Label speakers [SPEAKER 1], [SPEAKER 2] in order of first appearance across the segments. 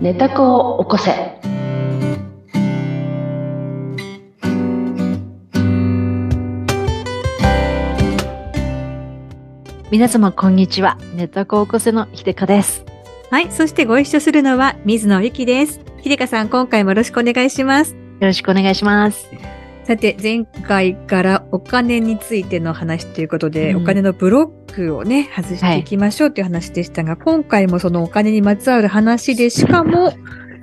[SPEAKER 1] 寝た子を起こせ。皆様こんにちは。寝た子を起こせの秀香です。
[SPEAKER 2] はい、そしてご一緒するのは水野ゆきです。ひでかさん、今回もよろしくお願いします。
[SPEAKER 1] よろしくお願いします。
[SPEAKER 2] さて、前回からお金についての話ということで、
[SPEAKER 1] うん
[SPEAKER 2] お金のブロックをね、外していきましょうという話でしたが、今回もそのお金にまつわる話で、しかも、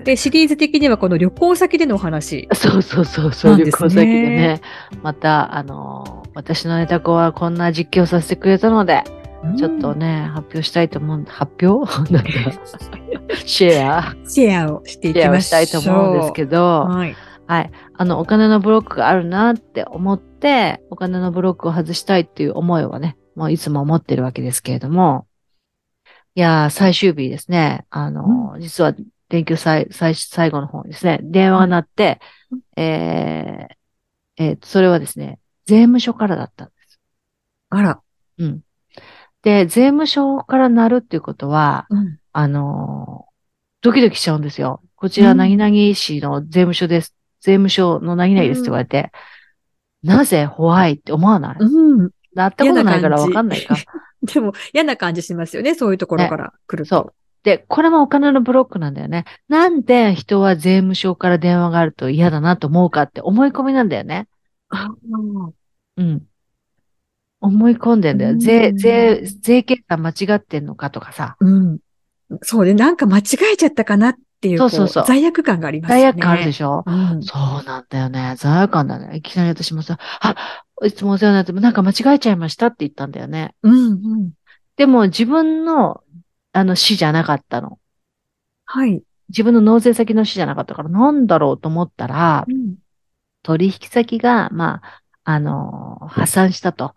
[SPEAKER 2] でシリーズ的にはこの旅行先でのお話。
[SPEAKER 1] そうそうそうそう、
[SPEAKER 2] なん
[SPEAKER 1] 旅
[SPEAKER 2] ですね
[SPEAKER 1] 行先でね。また、あのー、私のネタ子はこんな実況させてくれたので、ちょっと
[SPEAKER 2] うん
[SPEAKER 1] ね、発表したいと思うん、発表 なんだシェア
[SPEAKER 2] シェアをしてい
[SPEAKER 1] シ
[SPEAKER 2] き
[SPEAKER 1] ェアを
[SPEAKER 2] ま
[SPEAKER 1] し
[SPEAKER 2] しょ
[SPEAKER 1] た
[SPEAKER 2] う。
[SPEAKER 1] いと思うんですけど、
[SPEAKER 2] はい。
[SPEAKER 1] はい。あの、お金のブロックがあるなって思って、お金のブロックを外したいっていう思いはね、もういつも思ってるわけですけれども、いやー、最終日ですね、あのー、実は、連休最、最、最後の方にですね、電話が鳴って、えー、えーそれはですね、税務署からだったんです。
[SPEAKER 2] あら。
[SPEAKER 1] うん。で、税務署から鳴るっていうことは、
[SPEAKER 2] うん
[SPEAKER 1] あのードキドキしちゃうんですよ。こちら、
[SPEAKER 2] うん
[SPEAKER 1] 何々市の税務署です。税務署の何々ですって言われて、なぜ怖いって思わない、
[SPEAKER 2] うん。
[SPEAKER 1] なったことないから
[SPEAKER 2] 嫌な感
[SPEAKER 1] わ
[SPEAKER 2] じ
[SPEAKER 1] かんないか。
[SPEAKER 2] でも、嫌な感じしますよね。そういうところから来ると。
[SPEAKER 1] そう。で、これもお金のブロックなんだよね。なんで人は税務署から電話があると嫌だなと思うかって思い込みなんだよね。
[SPEAKER 2] あー
[SPEAKER 1] うん。思い込んでんだよ。税、
[SPEAKER 2] うん
[SPEAKER 1] 税、税計算間違ってんのかとかさ。
[SPEAKER 2] うん。そうね。なんか間違えちゃったかなっていう、
[SPEAKER 1] そ
[SPEAKER 2] こ
[SPEAKER 1] うそうそう
[SPEAKER 2] 罪悪感がありますよね。
[SPEAKER 1] 罪悪感あるでしょ、
[SPEAKER 2] うん
[SPEAKER 1] そうなんだよね。罪悪感だね。いきなり私もさ、あ、いつもお世話になって、なんか間違えちゃいましたって言ったんだよね。
[SPEAKER 2] うんうん。
[SPEAKER 1] でも自分の、あの、市じゃなかったの。
[SPEAKER 2] はい。
[SPEAKER 1] 自分の納税先の市じゃなかったから、なんだろうと思ったら
[SPEAKER 2] う、ん
[SPEAKER 1] 取引先が、まあ、あのー破産したと。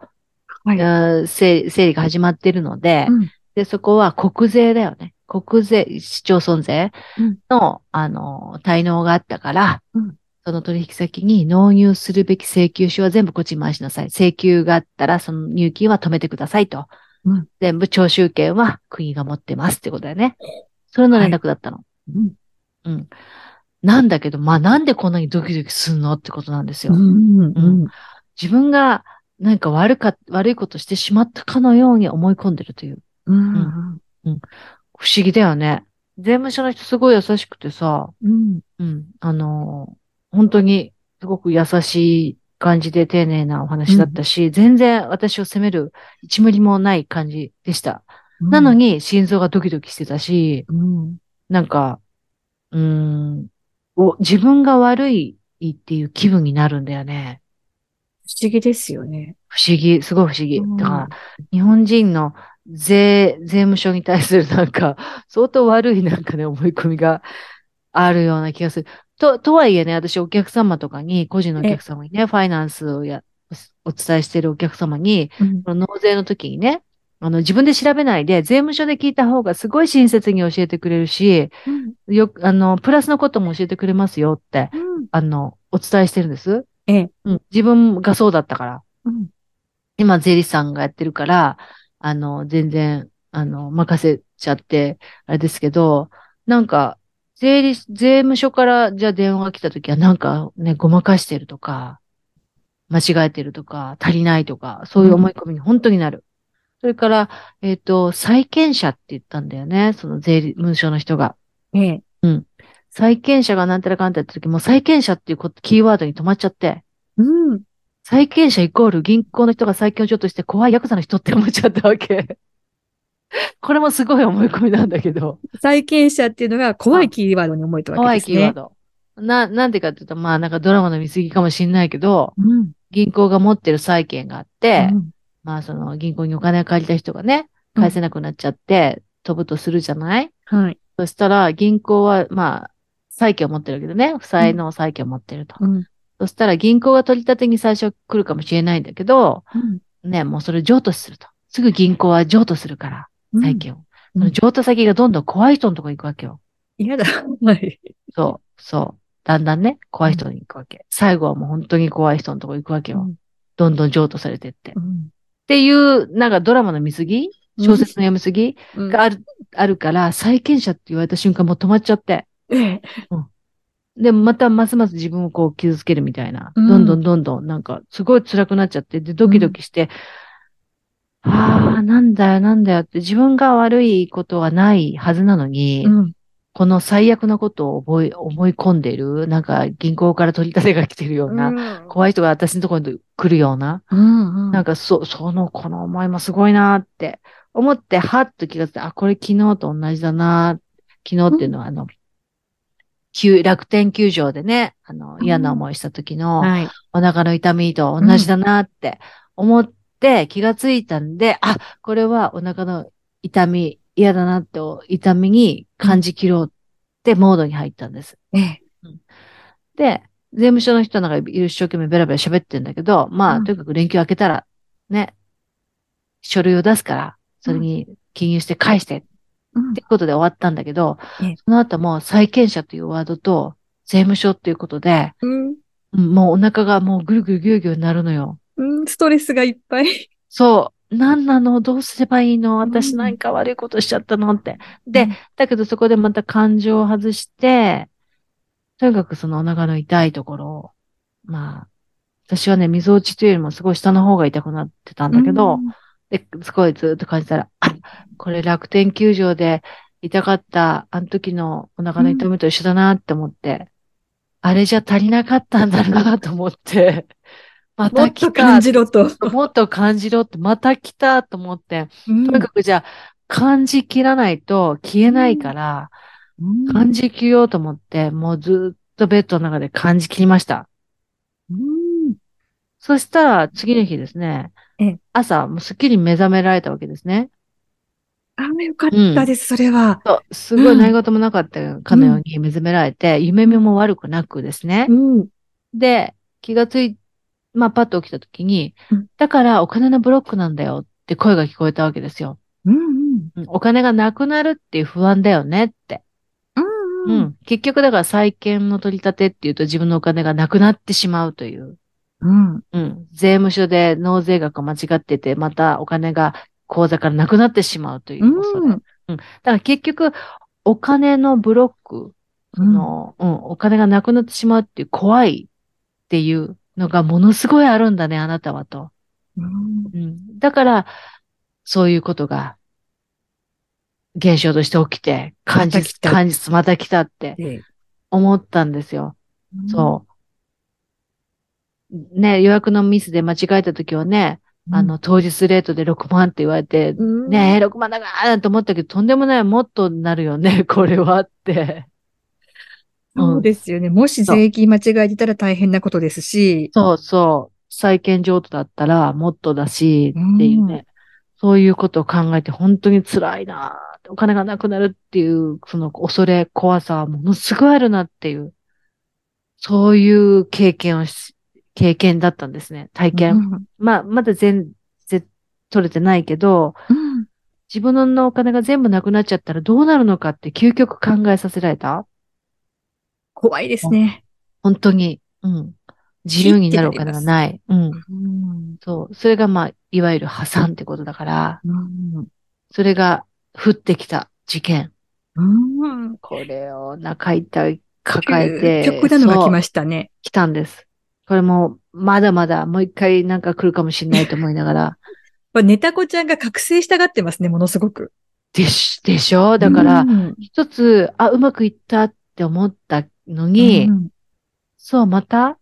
[SPEAKER 2] はい。
[SPEAKER 1] うん整整理が始まってるので、
[SPEAKER 2] うん
[SPEAKER 1] で、そこは国税だよね。国税、市町村税
[SPEAKER 2] うん
[SPEAKER 1] の、あの、滞納があったから、
[SPEAKER 2] うん
[SPEAKER 1] その取引先に納入するべき請求書は全部こっちに回しなさい。請求があったら、その入金は止めてくださいと。
[SPEAKER 2] うん
[SPEAKER 1] 全部徴収権は国が持ってますってことだよね。それの連絡だったの。
[SPEAKER 2] うん
[SPEAKER 1] うん。なんだけど、まあ、なんでこんなにドキドキするのってことなんですよ。
[SPEAKER 2] うんうんうん
[SPEAKER 1] 自分がなんか悪か、悪いことしてしまったかのように思い込んでるという。
[SPEAKER 2] うん
[SPEAKER 1] 不思議だよね。税務署の人すごい優しくてさ、
[SPEAKER 2] うん
[SPEAKER 1] うん、あのー本当にすごく優しい感じで丁寧なお話だったし、全然私を責める一無理もない感じでした。なのに心臓がドキドキしてたし、
[SPEAKER 2] うん
[SPEAKER 1] なんか、うーん、お自分が悪いっていう気分になるんだよね。
[SPEAKER 2] 不思議ですよね。
[SPEAKER 1] 不思議、すごい不思議。
[SPEAKER 2] うん
[SPEAKER 1] だから、日本人の税、税務署に対するなんか、 相当悪いなんかね、思い込みがあるような気がする。と、とはいえね、私お客様とかに、個人のお客様にね、ファイナンスをや、お伝えしているお客様に、
[SPEAKER 2] うん
[SPEAKER 1] この納税の時にね、あの、自分で調べないで、税務署で聞いた方がすごい親切に教えてくれるし、よく、あの、プラスのことも教えてくれますよって、
[SPEAKER 2] うん
[SPEAKER 1] あの、お伝えしてるんです。
[SPEAKER 2] ええ
[SPEAKER 1] うん。自分がそうだったから。
[SPEAKER 2] うん
[SPEAKER 1] 今、税理士さんがやってるから、あの、全然、あの、任せちゃって、あれですけど、なんか、税理士、税務署から、じゃあ電話が来た時は、なんかね、ごまかしてるとか、間違えてるとか、足りないとか、そういう思い込みに本当になる。それから、えっ、と、債権者って言ったんだよね、その税理務署の人が。
[SPEAKER 2] ええ
[SPEAKER 1] 債権者がなんたらかんたらって時も、債権者っていうこキーワードに止まっちゃって、
[SPEAKER 2] うん
[SPEAKER 1] 債権者イコール銀行の人が債権を譲渡して怖いヤクザの人って思っちゃったわけ。 これもすごい思い込みなんだけど、
[SPEAKER 2] 債権者っていうのが怖いキーワードに思えたわ
[SPEAKER 1] 怖
[SPEAKER 2] け
[SPEAKER 1] い
[SPEAKER 2] です
[SPEAKER 1] キーワー
[SPEAKER 2] ね。
[SPEAKER 1] ド。な、なんでかっていうと、まあなんかドラマの見過ぎかもしんないけど、
[SPEAKER 2] うん
[SPEAKER 1] 銀行が持ってる債権があって、
[SPEAKER 2] うん
[SPEAKER 1] まあその銀行にお金を借りた人がね、返せなくなっちゃって、飛ぶとするじゃない
[SPEAKER 2] はい。
[SPEAKER 1] そしたら銀行は、まあ、債権を持ってるわけどね、負債の債権を持ってると。
[SPEAKER 2] うん
[SPEAKER 1] そしたら銀行が取り立てに最初来るかもしれないんだけど、
[SPEAKER 2] うん
[SPEAKER 1] ね、もうそれ譲渡すると。すぐ銀行は譲渡するから、債権を。
[SPEAKER 2] うん
[SPEAKER 1] その譲渡先がどんどん怖い人のとこ行くわけよ。
[SPEAKER 2] 嫌だ。はい。
[SPEAKER 1] そう、そう。だんだんね、怖い人に行くわけ。最後はもう本当に怖い人のとこ行くわけよ。
[SPEAKER 2] うん
[SPEAKER 1] どんどん譲渡されてって。っ
[SPEAKER 2] うん
[SPEAKER 1] ていう、なんかドラマの見過ぎ小説の読み過ぎ
[SPEAKER 2] うん
[SPEAKER 1] がある、あるから、債権者って言われた瞬間もう止まっちゃって。
[SPEAKER 3] ええ。
[SPEAKER 1] で、またますます自分をこう傷つけるみたいな。
[SPEAKER 2] うん
[SPEAKER 1] どんどんどんどん、なんか、すごい辛くなっちゃって、で、ドキドキして、ああ、なんだよ、なんだよって、自分が悪いことはないはずなのに、
[SPEAKER 2] うん。
[SPEAKER 1] この最悪なことを思い、思い込んでる、なんか、銀行から取り立てが来てるような、
[SPEAKER 2] うん
[SPEAKER 1] 怖い人が私のところに来るような、
[SPEAKER 2] うん。
[SPEAKER 1] なんか、そ、その、この思いもすごいなーって思って、はっと気がついて、あ、これ昨日と同じだなー昨日っていうのは、あの、球楽天球場でね、あの、嫌な思いした時の、
[SPEAKER 2] はい。
[SPEAKER 1] お腹の痛みと同じだなって思って気がついたんで、あ、これはお腹の痛み、嫌だなって痛みに感じ切ろうってモードに入ったんです。
[SPEAKER 2] ええ。
[SPEAKER 1] で、税務署の人なんか一生懸命ベラベラ喋ってんだけど、ま
[SPEAKER 2] う
[SPEAKER 1] あ、
[SPEAKER 2] ん
[SPEAKER 1] とにかく連休明けたら、ね、書類を出すから、それに記入して返して
[SPEAKER 2] うん
[SPEAKER 1] ってことで終わったんだけど、
[SPEAKER 2] ええ
[SPEAKER 1] その後も債権者というワードと税務署っていうことで、
[SPEAKER 2] うん。
[SPEAKER 1] うんもうお腹がもうぐるぐるぎゅうぎゅうになるのよ。
[SPEAKER 2] うん。ストレスがいっぱい。
[SPEAKER 1] そう。何なのどうすればいいの
[SPEAKER 2] ん
[SPEAKER 1] 私なんか悪いことしちゃったのって。で、
[SPEAKER 2] うん
[SPEAKER 1] だけどそこでまた感情を外して、とにかくそのお腹の痛いところを、まあ、私はね、溝落ちというよりもすごい下の方が痛くなってたんだけど、で、すごいずっと感じたら、あ、これ楽天球場で痛かった、あの時のお腹の痛みと一緒だなって思って、あれじゃ足りなかったんだなと思 って、ま
[SPEAKER 2] も
[SPEAKER 1] た
[SPEAKER 2] っ
[SPEAKER 1] 来
[SPEAKER 2] と
[SPEAKER 1] た
[SPEAKER 2] 感。じろと。
[SPEAKER 1] もっと感じろって、また来たと思って、とにかくじゃあ、感じ切らないと消えないから、
[SPEAKER 2] うん
[SPEAKER 1] 感じ切ようと思って、もうずっとベッドの中で感じ切りました。
[SPEAKER 2] うん
[SPEAKER 1] そしたら、次の日ですね
[SPEAKER 2] ええ、
[SPEAKER 1] 朝、もうすっきり目覚められたわけですね。
[SPEAKER 2] ああ、よかったです、それは。
[SPEAKER 1] そうすごい何事もなかったかのように目覚められて、夢見も悪くなくですね。
[SPEAKER 2] うん。
[SPEAKER 1] で、気がつい、まあ、パッと起きた時に
[SPEAKER 2] うん、
[SPEAKER 1] だからお金のブロックなんだよって声が聞こえたわけですよ。
[SPEAKER 2] うん。うん。
[SPEAKER 1] うんお金がなくなるっていう不安だよねって。
[SPEAKER 2] う
[SPEAKER 1] う。
[SPEAKER 2] ん。
[SPEAKER 1] ん。結局だから債権の取り立てっていうと自分のお金がなくなってしまうという。
[SPEAKER 2] うん。
[SPEAKER 1] うん。税務署で納税額を間違ってて、またお金が口座からなくなってしまうという恐れ。
[SPEAKER 2] う
[SPEAKER 1] だから結局、お金のブロック
[SPEAKER 2] ん。
[SPEAKER 1] の、うん、お金がなくなってしまうっていう怖いっていうのがものすごいあるんだね、あなたはと。
[SPEAKER 2] うん。
[SPEAKER 1] うん。だから、そういうことが、現象として起きて、感じ
[SPEAKER 2] また来、た
[SPEAKER 1] 感じ、また来たって
[SPEAKER 2] で
[SPEAKER 1] 思ったんですよ。そう。ね、予約のミスで間違えた時はね、あの、、当日レートで6万って言われて、
[SPEAKER 2] うん、
[SPEAKER 1] ねえ、6万だからと思ったけど、とんでもない、もっとなるよね、 これはって。
[SPEAKER 2] そうですよね。もし税金間違えてたら大変なことですし。
[SPEAKER 1] そうそう。債権譲渡だったらもっとだし、っていうね。
[SPEAKER 2] う
[SPEAKER 1] そういうことを考えて本当に辛いなぁお金がなくなるっていう、その恐れ、怖さはものすごいあるなっていう、そういう経験をし、経験だったんですね。体験。まあ、まだ全、全、取れてないけど、
[SPEAKER 2] うん。
[SPEAKER 1] 自分のお金が全部なくなっちゃったらどうなるのかって究極考えさせられた
[SPEAKER 2] 怖いですね。
[SPEAKER 1] 本当に。うん。自由になるお金がない。うん。
[SPEAKER 2] うん。
[SPEAKER 1] そう。それがまあ、いわゆる破産ってことだから、
[SPEAKER 2] うん。
[SPEAKER 1] それが降ってきた事件。
[SPEAKER 2] うん。
[SPEAKER 1] これを中痛い抱えて、
[SPEAKER 2] 極端のが来
[SPEAKER 1] そ
[SPEAKER 2] ま
[SPEAKER 1] う
[SPEAKER 2] したね。
[SPEAKER 1] 来たんです。これも、まだまだもう一回なんか来るかもしれないと思いながら、
[SPEAKER 2] まあネタ子ちゃんが覚醒したがってますね、ものすごく。
[SPEAKER 1] でし、でしょだから、
[SPEAKER 2] うん
[SPEAKER 1] 一つ、あ、うまくいったって思ったのに、
[SPEAKER 2] うん
[SPEAKER 1] そう、また、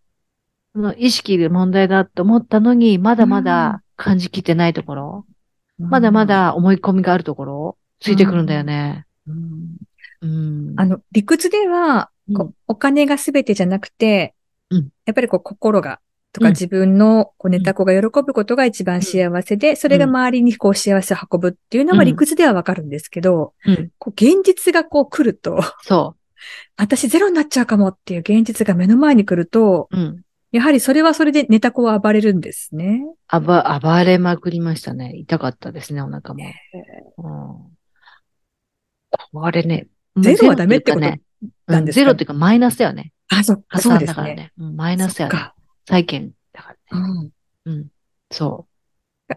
[SPEAKER 1] その意識で問題だって思ったのに、まだまだ感じきってないところ、まだま。だ思い込みがあるところ、ついてくるんだよね。
[SPEAKER 2] うん
[SPEAKER 1] うん。
[SPEAKER 2] あの、理屈では、こうお金が全てじゃなくて、
[SPEAKER 1] うん
[SPEAKER 2] やっぱりこう心が、と
[SPEAKER 1] う
[SPEAKER 2] か
[SPEAKER 1] ん
[SPEAKER 2] 自分のこうネタ子が喜ぶことが一番幸せで、それが周りにこう幸せを運ぶっていうの
[SPEAKER 1] う
[SPEAKER 2] は
[SPEAKER 1] ん
[SPEAKER 2] 理屈ではわかるんですけど、
[SPEAKER 1] うん
[SPEAKER 2] こう現実がこう来ると、
[SPEAKER 1] そ
[SPEAKER 2] 私ゼロになっちゃうかもっていう現実が目の前に来ると、
[SPEAKER 1] う。うん。
[SPEAKER 2] やはりそれはそれでネタ子は暴れるんですね。
[SPEAKER 1] 暴、暴れまくりましたね。痛かったですね、お腹も。うん。これね。
[SPEAKER 2] ゼロはダメってこと
[SPEAKER 1] もうゼロいうかね
[SPEAKER 2] な
[SPEAKER 1] うんん
[SPEAKER 2] ですか
[SPEAKER 1] ゼロっていうかマイナスだよね。
[SPEAKER 2] あ、そっ
[SPEAKER 1] 破
[SPEAKER 2] か、そう
[SPEAKER 1] 産
[SPEAKER 2] で
[SPEAKER 1] だ
[SPEAKER 2] す
[SPEAKER 1] から
[SPEAKER 2] ね。
[SPEAKER 1] ね。うんマイナスだ
[SPEAKER 2] そっ
[SPEAKER 1] よね。
[SPEAKER 2] か。
[SPEAKER 1] 債権だから
[SPEAKER 2] う
[SPEAKER 1] ね。
[SPEAKER 2] ん。
[SPEAKER 1] うん。そ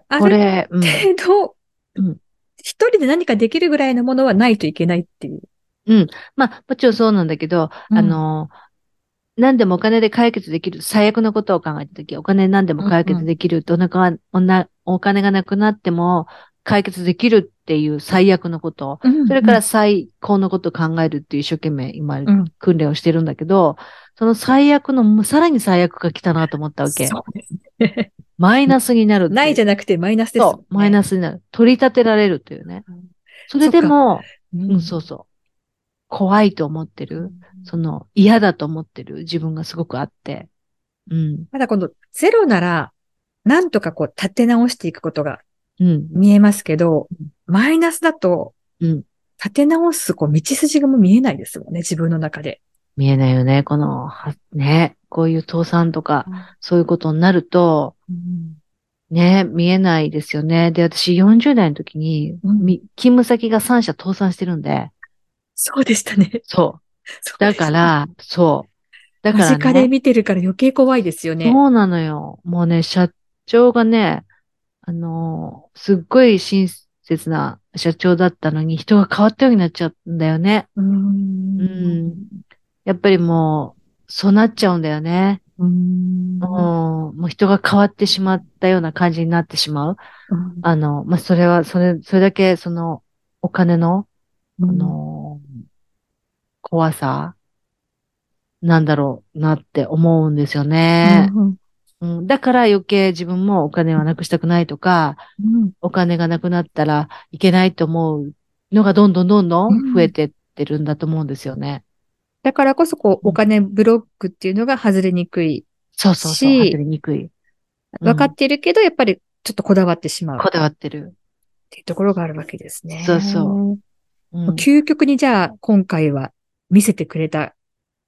[SPEAKER 2] あ
[SPEAKER 1] う。こ
[SPEAKER 2] る
[SPEAKER 1] れ、 うん。
[SPEAKER 2] 程度
[SPEAKER 1] うん、
[SPEAKER 2] 一人で何かできるぐらいのものはないといけないっていう。
[SPEAKER 1] うん。まあ、もちろんそうなんだけど、
[SPEAKER 2] うん
[SPEAKER 1] あの、何でもお金で解決できる、最悪のことを考えたとき、お金何でも解決できる、どんなか、おなお金がなくなっても解決できるっていう最悪のこと、それから、最高のことを考えるっていう一生懸命今
[SPEAKER 2] うん、
[SPEAKER 1] 訓練をしてるんだけど、その最悪の、もうさらに最悪が来たなと思ったわけ。
[SPEAKER 2] そうですね。
[SPEAKER 1] マイナスになるってう
[SPEAKER 2] ないじゃなくてマイナスですもんね、
[SPEAKER 1] そう、マイナスになる。取り立てられるというね
[SPEAKER 2] うん。
[SPEAKER 1] それでも、
[SPEAKER 2] う
[SPEAKER 1] うん、そうそう。怖いと思ってる。その、嫌だと思ってる自分がすごくあって。うん。
[SPEAKER 2] まだ今度、ゼロなら、なんとかこう、立て直していくことが
[SPEAKER 1] うん。
[SPEAKER 2] 見えますけど
[SPEAKER 1] うん、
[SPEAKER 2] マイナスだと、
[SPEAKER 1] うん
[SPEAKER 2] 立て直す、こう、道筋がもう見えないですもんね、自分の中で。
[SPEAKER 1] 見えないよね。この、はね。こういう倒産とか
[SPEAKER 2] う、
[SPEAKER 1] そういうことになると、ね、見えないですよね。で、私40代の時に、
[SPEAKER 2] うん
[SPEAKER 1] み勤務先が3社倒産してるんで、
[SPEAKER 2] そうでしたね。
[SPEAKER 1] そう。
[SPEAKER 2] そうで
[SPEAKER 1] だ
[SPEAKER 2] した
[SPEAKER 1] から、そう。だから、ね、
[SPEAKER 2] 間近で見てるから余計怖いですよね。
[SPEAKER 1] そうなのよ。もうね、社長がね、あのーすっごい親切な社長だったのに人が変わったようになっちゃうんだよね。
[SPEAKER 2] うーん
[SPEAKER 1] うんやっぱりもう、そうなっちゃうんだよね。
[SPEAKER 2] うーん
[SPEAKER 1] うん、もう人が変わってしまったような感じになってしまう。あの、まあ、それは、それ、それだけ、その、お金の、
[SPEAKER 2] う
[SPEAKER 1] あ
[SPEAKER 2] ん
[SPEAKER 1] のー怖さ、なんだろうなって思うんですよね。
[SPEAKER 2] うん
[SPEAKER 1] うん、だから余計自分もお金はなくしたくないとか、
[SPEAKER 2] うん
[SPEAKER 1] お金がなくなったらいけないと思うのがどんどんどんどん増えてってるんだと思うんですよね。
[SPEAKER 2] だからこそ、こう、
[SPEAKER 1] うん
[SPEAKER 2] お金ブロックっていうのが外れにくい。
[SPEAKER 1] そうそうそう。
[SPEAKER 2] し
[SPEAKER 1] 外れにくい。うん
[SPEAKER 2] 分かっているけど、やっぱりちょっとこだわってしまうっ
[SPEAKER 1] こだわってる。
[SPEAKER 2] ていうところがあるわけですね。。
[SPEAKER 1] そうそううん、
[SPEAKER 2] 究極にじゃあ、今回は見せてくれた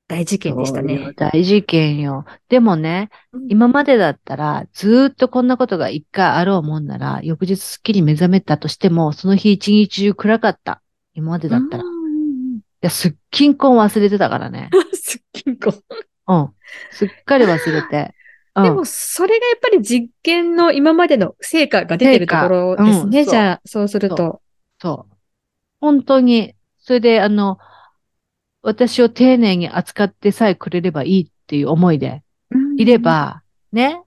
[SPEAKER 2] 大事件でした
[SPEAKER 1] そうよ
[SPEAKER 2] ね。
[SPEAKER 1] 大事件よ。でもね、
[SPEAKER 2] うん
[SPEAKER 1] 今までだったら、ずーっとこんなことが一回あろうもんなら、翌日すっきり目覚めたとしても、その日一日中暗かった。今までだったら。
[SPEAKER 2] う
[SPEAKER 1] い
[SPEAKER 2] ん
[SPEAKER 1] や、すっきんこん忘れてたからね。
[SPEAKER 2] すっきんこ。
[SPEAKER 1] うん。すっかり忘れて。うん
[SPEAKER 2] でも、それがやっぱり実験の今までの成果が出てるところで
[SPEAKER 1] 成果う
[SPEAKER 2] すね。
[SPEAKER 1] ん
[SPEAKER 2] じゃあ、そうする
[SPEAKER 1] そ
[SPEAKER 2] と。
[SPEAKER 1] そう。本当に、それで、あの、私を丁寧に扱ってさえくれればいいっていう思いでいれば、ね、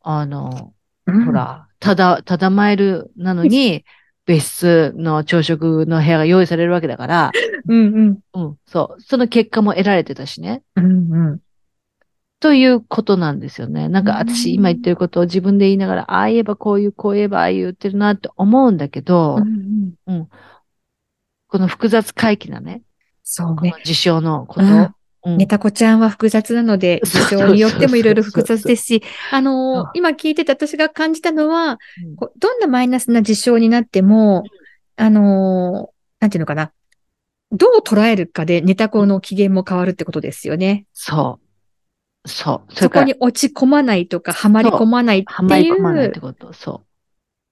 [SPEAKER 1] あの、
[SPEAKER 2] うん、
[SPEAKER 1] ほら、ただ、ただまえるなのに、別室の朝食の部屋が用意されるわけだから、
[SPEAKER 2] うんうん。
[SPEAKER 1] うん、そう、その結果も得られてたしね、
[SPEAKER 2] うんうん。
[SPEAKER 1] ということなんですよね。なんか私今言ってることを自分で言いながら、ああ言えばこういう、こう言えばああ言ってるなって思うんだけど、
[SPEAKER 2] うん
[SPEAKER 1] この複雑回帰なね、
[SPEAKER 2] そう
[SPEAKER 1] この
[SPEAKER 2] ね。
[SPEAKER 1] 事象のこ
[SPEAKER 2] うん
[SPEAKER 1] と。うん
[SPEAKER 2] ネタコちゃんは複雑なので、
[SPEAKER 1] そう
[SPEAKER 2] 事情によってもいろいろ複
[SPEAKER 1] そうそう
[SPEAKER 2] 雑
[SPEAKER 1] そう
[SPEAKER 2] ですし、あの
[SPEAKER 1] う
[SPEAKER 2] ー
[SPEAKER 1] ん
[SPEAKER 2] 今聞いてて私が感じたのは、
[SPEAKER 1] うん
[SPEAKER 2] こうどんなマイナスな事象になっても、あのーなんていうのかな。どう捉えるかでネタコの機嫌も変わるってことですよね。
[SPEAKER 1] そう。そう。そ
[SPEAKER 2] そ
[SPEAKER 1] れか
[SPEAKER 2] こ
[SPEAKER 1] ら
[SPEAKER 2] に落ち込まないとか、はまり込まない
[SPEAKER 1] は
[SPEAKER 2] って
[SPEAKER 1] まり
[SPEAKER 2] い
[SPEAKER 1] 込まないって
[SPEAKER 2] う、
[SPEAKER 1] こと。そう。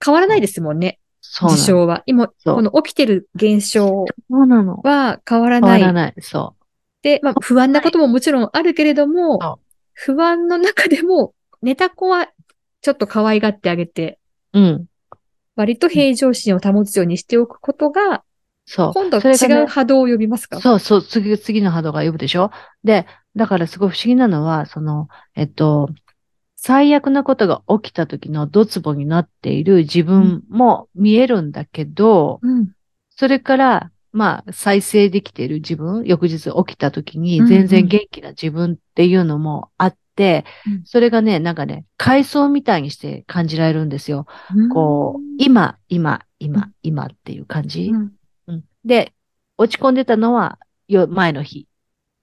[SPEAKER 2] 変わらないですもんね、
[SPEAKER 1] そうな
[SPEAKER 2] 事
[SPEAKER 1] の。そ
[SPEAKER 2] 象は。今、
[SPEAKER 1] そう
[SPEAKER 2] この起きてる現象
[SPEAKER 1] うなの。
[SPEAKER 2] は変わら
[SPEAKER 1] 変
[SPEAKER 2] な
[SPEAKER 1] わ
[SPEAKER 2] い
[SPEAKER 1] らない。そ
[SPEAKER 2] で、まあ、不安なことももちろんあるけれども、
[SPEAKER 1] そ
[SPEAKER 2] 不安の中でも、ネタ子はちょっと可愛がってあげて、
[SPEAKER 1] う。うん。
[SPEAKER 2] 割と平常心を保つようにしておくことが、
[SPEAKER 1] そう。
[SPEAKER 2] 今度は
[SPEAKER 1] それがね
[SPEAKER 2] 違う波動を呼びますか、
[SPEAKER 1] そうそう。次、次の波動が呼ぶでしょで、だからすごい不思議なのは、その、えっと、最悪なことが起きた時のドツボになっている自分も見えるんだけど、
[SPEAKER 2] うん。
[SPEAKER 1] それから、まあ、再生できている自分、翌日起きた時
[SPEAKER 2] うんう
[SPEAKER 1] に
[SPEAKER 2] ん
[SPEAKER 1] 全然元気な自分っていうのもあって、
[SPEAKER 2] うん
[SPEAKER 1] それがね、なんかね、階層みたいにして感じられるんですよ。こう、今、今、
[SPEAKER 2] う
[SPEAKER 1] 今、今っていう感じ。
[SPEAKER 2] うん。
[SPEAKER 1] うんで、落ち込んでたのは、よ、前の日。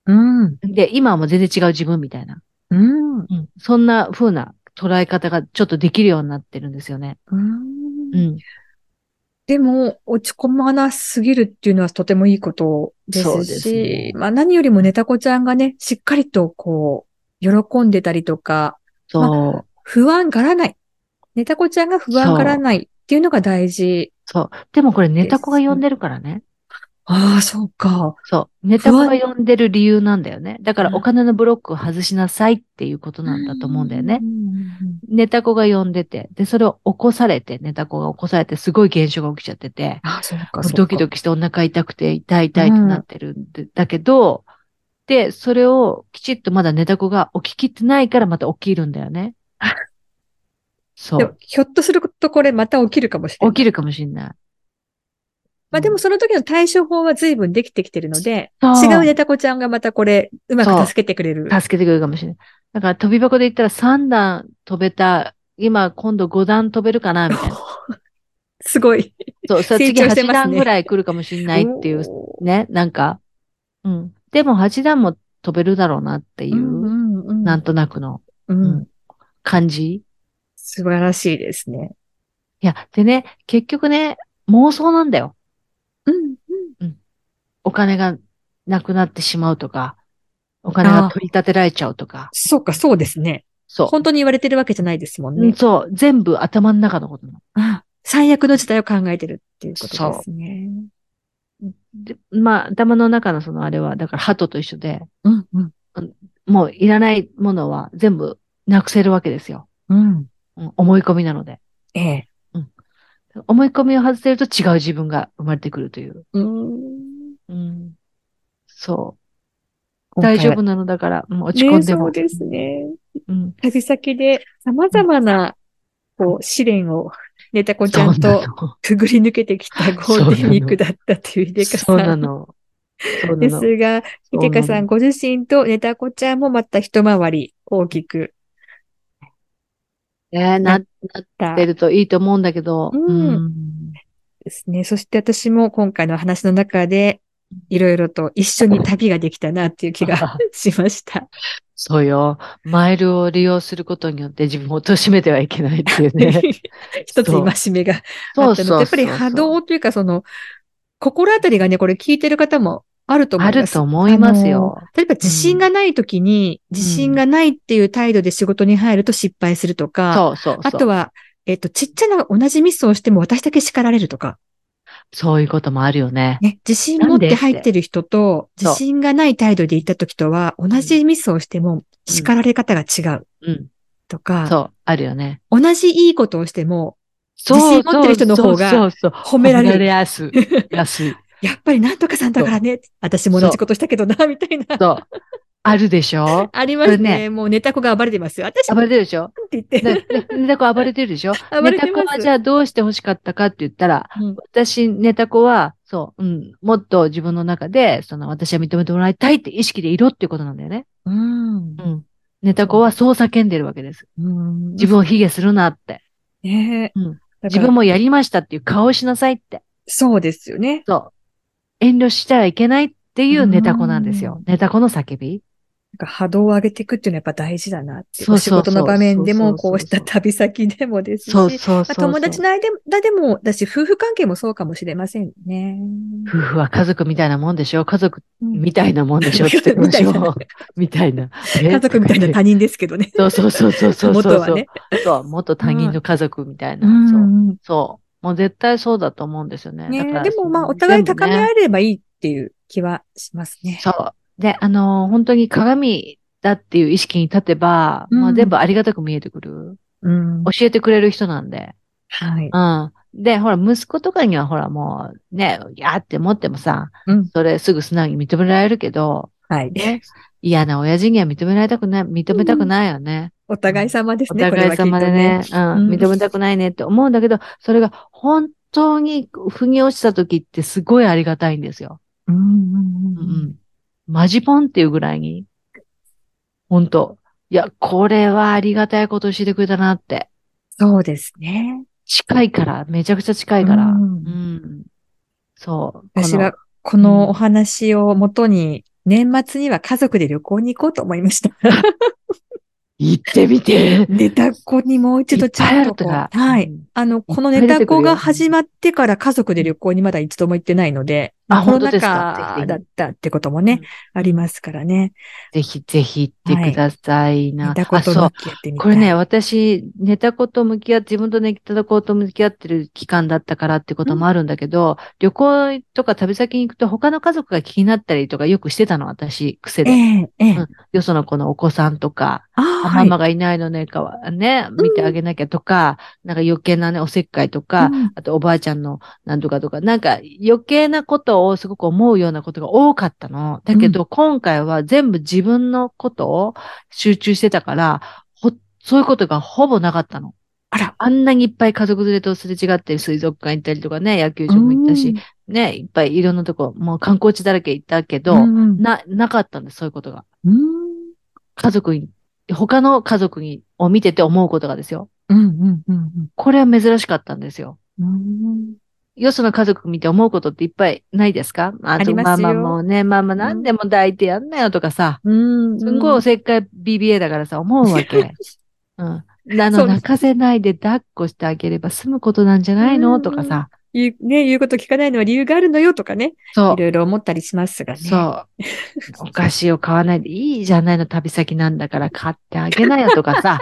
[SPEAKER 2] うん。
[SPEAKER 1] で、今はもう全然違う自分みたいな。
[SPEAKER 2] うん。
[SPEAKER 1] うん、そんな風な捉え方がちょっとできるようになってるんですよね。
[SPEAKER 2] うん
[SPEAKER 1] うん。
[SPEAKER 2] でも、落ち込まなすぎるっていうのはとてもいいことです
[SPEAKER 1] そうで
[SPEAKER 2] し、
[SPEAKER 1] すね
[SPEAKER 2] まあ何よりもネタ子ちゃんがね、しっかりとこう、喜んでたりとか、
[SPEAKER 1] そう。
[SPEAKER 2] 不安がらない。ネタ子ちゃんが不安がらないっていうのが大事。
[SPEAKER 1] そう。でもこれネタ子が
[SPEAKER 2] です
[SPEAKER 1] 呼んでるからね。
[SPEAKER 2] ああ、そうか。
[SPEAKER 1] そう。ネタが読んでる理由なんだよね。だからお金のブロックを外しなさいっていうことなんだと思うんだよね。ネタ子が呼んでて、で、それを起こされて、ネタ子が起こされて、すごい現象が起きちゃってて、
[SPEAKER 2] ああ、そうか。
[SPEAKER 1] ドキド
[SPEAKER 2] キ。
[SPEAKER 1] キしてお腹痛くて、痛い痛いってなってるんでだけど、で、それをきちっとまだネタ子が起ききってないからまた起きるんだよ ね
[SPEAKER 2] あ。
[SPEAKER 1] そ
[SPEAKER 2] で
[SPEAKER 1] う
[SPEAKER 2] も。ひょっとするとこれまた起きるかもしれな
[SPEAKER 1] 起き
[SPEAKER 2] い。
[SPEAKER 1] るかもしれない。
[SPEAKER 2] まあでもその時の対処法は随分できてきてるので、
[SPEAKER 1] そう
[SPEAKER 2] 違うネタ子ちゃんがまたこれ、うま
[SPEAKER 1] そう
[SPEAKER 2] く助けてくれる。
[SPEAKER 1] 助けてくれるかもしれない。だから飛び箱で言ったら3段飛べた、今今度5段飛べるかなみ たいな。
[SPEAKER 2] すごい。
[SPEAKER 1] そう、それ次
[SPEAKER 2] 成長して
[SPEAKER 1] 8
[SPEAKER 2] ますね
[SPEAKER 1] 段ぐらい来るかもしれないっていう
[SPEAKER 2] お
[SPEAKER 1] ね、なんか、うん。でも8段も飛べるだろうなってい
[SPEAKER 2] ー。
[SPEAKER 1] う、
[SPEAKER 2] んうんうん
[SPEAKER 1] なんとなくの、
[SPEAKER 2] う
[SPEAKER 1] うん
[SPEAKER 2] ん。
[SPEAKER 1] 感じ。
[SPEAKER 2] 素晴らしいですね。
[SPEAKER 1] いや、でね、結局ね、妄想なんだよ。
[SPEAKER 2] うん。
[SPEAKER 1] お金がなくなってしまうとか、お金が取り立てられちゃうとか。
[SPEAKER 2] そうか、そうですね。
[SPEAKER 1] そう。
[SPEAKER 2] 本当に言われてるわけじゃないですもん
[SPEAKER 1] うん
[SPEAKER 2] ね。
[SPEAKER 1] そう。全部頭の中のことなの。
[SPEAKER 2] あ最悪の事態を考えてるっていうことですね。
[SPEAKER 1] でまあ、頭の中のそのあれは、だから鳩と一緒で、
[SPEAKER 2] うん、うん、
[SPEAKER 1] もういらないものは全部なくせるわけですよ。
[SPEAKER 2] うん。
[SPEAKER 1] うん思い込みなので。
[SPEAKER 2] ええ。
[SPEAKER 1] 思い込みを外せると違う自分が生まれてくるという。
[SPEAKER 2] うん。
[SPEAKER 1] うん、そう。大丈夫なのだから、うん落ち込んでも。
[SPEAKER 2] ねそうですね。
[SPEAKER 1] うん、
[SPEAKER 2] 旅先で様々な、こう、試練を、ネタ子ちゃん
[SPEAKER 1] そう
[SPEAKER 2] と
[SPEAKER 1] なの
[SPEAKER 2] くぐり抜けてきたゴールデンウィークだったといういでかさ
[SPEAKER 1] そうなんの。そう
[SPEAKER 2] で
[SPEAKER 1] なの。
[SPEAKER 2] すが、い
[SPEAKER 1] そ
[SPEAKER 2] でか
[SPEAKER 1] うな
[SPEAKER 2] さん
[SPEAKER 1] の
[SPEAKER 2] ご自身とネタ子ちゃんもまた一回り大きく
[SPEAKER 1] ねなっ
[SPEAKER 2] なった
[SPEAKER 1] てるといいと思うんだけど。
[SPEAKER 2] うん
[SPEAKER 1] うん
[SPEAKER 2] ですね。そして私も今回の話の中で、いろいろと一緒に旅ができたなっていう気がしました。
[SPEAKER 1] そうよ。マイルを利用することによって自分を貶めてはいけないっていう ね。
[SPEAKER 2] 一つ戒めがあ
[SPEAKER 1] そうそう
[SPEAKER 2] ったの
[SPEAKER 1] そう。
[SPEAKER 2] で、やっぱり波動というかその、心当たりがね、これ聞いてる方もあると思
[SPEAKER 1] あ
[SPEAKER 2] いま
[SPEAKER 1] る
[SPEAKER 2] す。
[SPEAKER 1] と思いますよ。
[SPEAKER 2] 例えば自信がない時に、自信がないっていう態度で仕事に入ると失敗するとか、
[SPEAKER 1] そうそうそう。
[SPEAKER 2] あとは、えっと、ちっちゃな同じミスをしても私だけ叱られるとか、
[SPEAKER 1] そういうこともあるよね。
[SPEAKER 2] ね、自信
[SPEAKER 1] な
[SPEAKER 2] 持
[SPEAKER 1] ん
[SPEAKER 2] っ
[SPEAKER 1] で
[SPEAKER 2] て入ってる人と、
[SPEAKER 1] そう
[SPEAKER 2] 自信がない態度で行った時とは、同じミスをしても叱られ方が違う
[SPEAKER 1] うん。
[SPEAKER 2] とか、
[SPEAKER 1] そう、あるよね。
[SPEAKER 2] 同じいいことをしても、
[SPEAKER 1] そう
[SPEAKER 2] 自信持ってる人の方が
[SPEAKER 1] そうそうそう
[SPEAKER 2] 褒められる
[SPEAKER 1] 褒められやすい。やすい。
[SPEAKER 2] やっぱりなんとかさんだからね、私も同じことしたけどな、みたいな。
[SPEAKER 1] そう。あるでしょ
[SPEAKER 2] あります
[SPEAKER 1] それ
[SPEAKER 2] ね。もうネタ子が暴れてますよ。私も
[SPEAKER 1] 暴
[SPEAKER 2] っ
[SPEAKER 1] れてるでしょ
[SPEAKER 2] て言って。
[SPEAKER 1] ねねネタ子暴れてるでしょ
[SPEAKER 2] 暴れてます
[SPEAKER 1] ネタ子はじゃあどうして欲しかったかって言ったら、
[SPEAKER 2] うん
[SPEAKER 1] 私、ネタ子は、そう、うん、もっと自分の中で、その、私は認めてもらいたいって意識でいろっていうことなんだよね。
[SPEAKER 2] うん
[SPEAKER 1] うん。ネタ子はそう叫んでるわけです。
[SPEAKER 2] うん
[SPEAKER 1] 自分を卑下するなって。
[SPEAKER 2] ね
[SPEAKER 1] うん
[SPEAKER 2] だ
[SPEAKER 1] 自
[SPEAKER 2] から
[SPEAKER 1] 分もやりましたっていう顔をしなさいって。
[SPEAKER 2] そうですよね。
[SPEAKER 1] そう。遠慮してはいけないっていうネタ子なんです
[SPEAKER 2] う
[SPEAKER 1] よ
[SPEAKER 2] ん。
[SPEAKER 1] ネタ子の叫び。
[SPEAKER 2] なんか波動を上げていくっていうのはやっぱ大事だなっていう。
[SPEAKER 1] そう
[SPEAKER 2] お
[SPEAKER 1] そ
[SPEAKER 2] 仕
[SPEAKER 1] うそう
[SPEAKER 2] 事の場面でも、
[SPEAKER 1] そう
[SPEAKER 2] こ
[SPEAKER 1] そう
[SPEAKER 2] う
[SPEAKER 1] そ
[SPEAKER 2] し
[SPEAKER 1] うそう
[SPEAKER 2] た旅先でもですし、
[SPEAKER 1] そうそうそ
[SPEAKER 2] まあ
[SPEAKER 1] うそう。
[SPEAKER 2] 友達の間でもだし、夫婦関係もそうかもしれませんね。
[SPEAKER 1] 夫婦は家族みたいなもんでしょ家族
[SPEAKER 2] うん
[SPEAKER 1] みたいなもんでしょ って言ってましょ みたいな。
[SPEAKER 2] 家族みたいな他人ですけどね。
[SPEAKER 1] そうそうそうそうそうそう。
[SPEAKER 2] 元はね。
[SPEAKER 1] そう、元他人の家族みたいな。そう。
[SPEAKER 2] ん
[SPEAKER 1] そう。もう絶対そうだと思うんですよね。
[SPEAKER 2] ね
[SPEAKER 1] だから
[SPEAKER 2] でもまあ、お互い
[SPEAKER 1] 全部
[SPEAKER 2] 高
[SPEAKER 1] ね
[SPEAKER 2] め合えればいいっていう気はしますね。
[SPEAKER 1] そう。で、あのー本当に鏡だっていう意識に立てば、
[SPEAKER 2] うん
[SPEAKER 1] まあ全部ありがたく見えてくる。
[SPEAKER 2] うん
[SPEAKER 1] 教えてくれる人なんで。
[SPEAKER 2] はい。
[SPEAKER 1] うん。で、ほら、息子とかにはほら、もう、ね、やーって持ってもさ、
[SPEAKER 2] うん
[SPEAKER 1] それすぐ素直に認められるけど、
[SPEAKER 2] はい。
[SPEAKER 1] ね、嫌な親父には認められたくない、認めたくないよね。
[SPEAKER 2] お互い様です
[SPEAKER 1] お
[SPEAKER 2] ね、こ
[SPEAKER 1] 互
[SPEAKER 2] れはいきっと
[SPEAKER 1] 様でね、うん、
[SPEAKER 2] うん
[SPEAKER 1] 認めたくないねって思うんだけど、それが本当に腑に落ちた時ってすごいありがたいんですよ。
[SPEAKER 2] うん
[SPEAKER 1] う
[SPEAKER 2] うんうんうん
[SPEAKER 1] ん。マジポンっていうぐらいに。本当いや、これはありがたいことをしてくれたなって。
[SPEAKER 2] そうですね。
[SPEAKER 1] 近いから、めちゃくちゃ近いから。う
[SPEAKER 2] うんん。
[SPEAKER 1] そう。
[SPEAKER 2] 私はこ
[SPEAKER 1] うん
[SPEAKER 2] のお話をもとに、年末には家族で旅行に行こうと思いま した。
[SPEAKER 1] 行ってみて。
[SPEAKER 2] ネタ子にもう一度ちゃんとこう
[SPEAKER 1] いっぱいあるから
[SPEAKER 2] は
[SPEAKER 1] う
[SPEAKER 2] い
[SPEAKER 1] ん。
[SPEAKER 2] あの、この
[SPEAKER 1] いっぱ
[SPEAKER 2] ネ
[SPEAKER 1] い出て
[SPEAKER 2] タ
[SPEAKER 1] くるよ
[SPEAKER 2] 子が始まってから家族で旅行にまだ一度も行ってないので、まあ、
[SPEAKER 1] あ
[SPEAKER 2] コロ
[SPEAKER 1] 本当
[SPEAKER 2] ナ
[SPEAKER 1] ですか
[SPEAKER 2] 禍だったってこともね、ありますからね。
[SPEAKER 1] ぜひぜひ行ってくださいな。
[SPEAKER 2] 見たこ
[SPEAKER 1] あ、
[SPEAKER 2] と
[SPEAKER 1] そう
[SPEAKER 2] 向。き合ってみたい。
[SPEAKER 1] これね、、私、寝たこと向き合って、自分と寝たこと向き合ってる期間だったからってこともあるんだけど、旅行とか旅先に行くと他の家族が気になったりとかよくしてたの、私、癖
[SPEAKER 2] え
[SPEAKER 1] で。
[SPEAKER 2] えええ
[SPEAKER 1] うんよその子のお子さんとか、
[SPEAKER 2] ああ、
[SPEAKER 1] あ
[SPEAKER 2] はい。
[SPEAKER 1] ママがいないのね、かわ、ね、見てあげなきゃとか、なんか余計なね、おせっかいとか、
[SPEAKER 2] うん
[SPEAKER 1] あとおばあちゃんのなんとかとか、なんか余計なことをすごく思うようなことが多かったの。だけど、今回は全部自分のことを集中してたから、ほ、そういうことがほぼなかったの。
[SPEAKER 2] あら。
[SPEAKER 1] あんなにいっぱい家族連れとすれ違って水族館行ったりとかね、野球場も行ったし、ね、いっぱいいろんなとこ、もう観光地だらけ行ったけど、
[SPEAKER 2] うん、うん
[SPEAKER 1] な、なかったんです、そういうことが。
[SPEAKER 2] うん
[SPEAKER 1] 家族に、他の家族に、を見てて思うことがですよ。
[SPEAKER 2] うんうんうん
[SPEAKER 1] これは珍しかったんですよ。
[SPEAKER 2] うん
[SPEAKER 1] よその家族見て思うことっていっぱいないですかあ
[SPEAKER 2] あり
[SPEAKER 1] と、
[SPEAKER 2] ま
[SPEAKER 1] マ
[SPEAKER 2] す
[SPEAKER 1] マ
[SPEAKER 2] よ
[SPEAKER 1] もね、ママ何でも抱いてやんなよとかさ、
[SPEAKER 2] うん。
[SPEAKER 1] すんごいおせっかい BBA だからさ、思うわ け。うん。あの、
[SPEAKER 2] そうです
[SPEAKER 1] 泣かせないで抱っこしてあげれば済むことなんじゃないのとかさ。
[SPEAKER 2] 言う、ね、言うこと聞かないのは理由があるのよとかね、
[SPEAKER 1] そう
[SPEAKER 2] い。ろいろ思ったりしますがね。
[SPEAKER 1] そう。お菓子を買わないでいいじゃないの旅先なんだから買ってあげなよとか さ、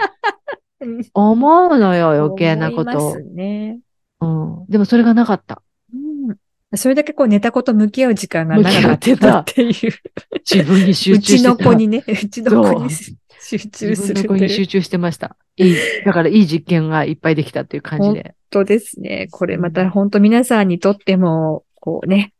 [SPEAKER 2] うん。
[SPEAKER 1] 思うのよ、余計なこと
[SPEAKER 2] 思いますね。
[SPEAKER 1] を。うん。でもそれがなかった。
[SPEAKER 2] うん。それだけこう寝たこと向き合う時間が長かったっていう。
[SPEAKER 1] 自分に集
[SPEAKER 2] う
[SPEAKER 1] 中
[SPEAKER 2] ち
[SPEAKER 1] して
[SPEAKER 2] の
[SPEAKER 1] た。
[SPEAKER 2] 子にね、うちの子に
[SPEAKER 1] そ
[SPEAKER 2] 集中
[SPEAKER 1] 自
[SPEAKER 2] す
[SPEAKER 1] 分
[SPEAKER 2] る
[SPEAKER 1] の
[SPEAKER 2] と
[SPEAKER 1] 子
[SPEAKER 2] い
[SPEAKER 1] に
[SPEAKER 2] う
[SPEAKER 1] 集中してま した。いい。だからいい実験がいっぱいできたっていう感じで。
[SPEAKER 2] ことですね。これま
[SPEAKER 1] う
[SPEAKER 2] た
[SPEAKER 1] ん
[SPEAKER 2] 本当皆さんにとっても、こうね、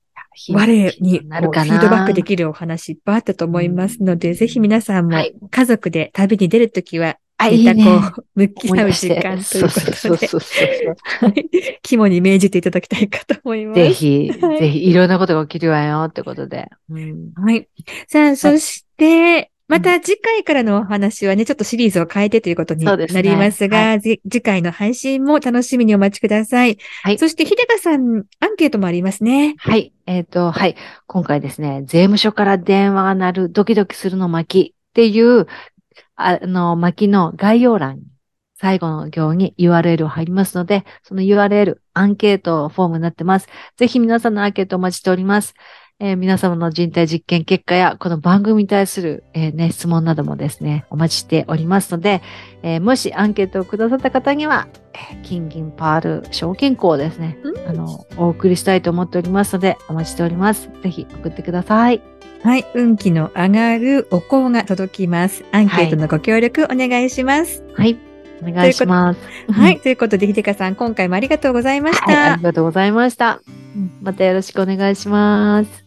[SPEAKER 2] 我にこうフ
[SPEAKER 1] なる
[SPEAKER 2] ィ
[SPEAKER 1] かな
[SPEAKER 2] ードバックできるお話いっぱいあったと思いますので、
[SPEAKER 1] うん
[SPEAKER 2] ぜひ皆さんも
[SPEAKER 1] はい
[SPEAKER 2] 家族で旅に出るときは、
[SPEAKER 1] あ
[SPEAKER 2] 寝た
[SPEAKER 1] いいね
[SPEAKER 2] 子を向き
[SPEAKER 1] 思い
[SPEAKER 2] 合う
[SPEAKER 1] 出し
[SPEAKER 2] 時
[SPEAKER 1] て
[SPEAKER 2] 間とい
[SPEAKER 1] そうう
[SPEAKER 2] こ
[SPEAKER 1] そうそう
[SPEAKER 2] とで
[SPEAKER 1] そうそう。
[SPEAKER 2] はい、肝に銘じていただきたいかと思います。
[SPEAKER 1] ぜひ、
[SPEAKER 2] はい
[SPEAKER 1] ぜひ、いろんなことが起きるわよってことで。うん
[SPEAKER 2] はい。さあ、そして、また次回からのお話はね、ちょっとシリーズを変えてということに
[SPEAKER 1] そ
[SPEAKER 2] な
[SPEAKER 1] うですね
[SPEAKER 2] りますが、
[SPEAKER 1] は
[SPEAKER 2] ぜ次回の配信も楽しみにお待ちください。
[SPEAKER 1] はい
[SPEAKER 2] そして、ひでかさん、アンケートもありますね。
[SPEAKER 1] はい。えっ、と、はい。今回ですね、税務署から電話が鳴るドキドキするの巻っていう、ああの、巻の概要欄に、最後の行に URL を貼りますので、その URL、アンケートフォームになってます。ぜひ皆さんのアンケートお待ちしております。えー皆様の人体実験結果や、この番組に対する、えーね、質問などもですね、お待ちしておりますので、えーもしアンケートをくださった方には、えー金銀パール証券校ですね、あの、お送りしたいと思っておりますので、お待ちしております。ぜひ送ってください。
[SPEAKER 2] はい。運気の上がるお香が届きます。アンケートのご協力お願いします。
[SPEAKER 1] はい。お願いします。
[SPEAKER 2] はい。ということで、ひでかさん、今回もありがとうございました。
[SPEAKER 1] はい。ありがとうございました
[SPEAKER 2] うん。
[SPEAKER 1] またよろしくお願いします。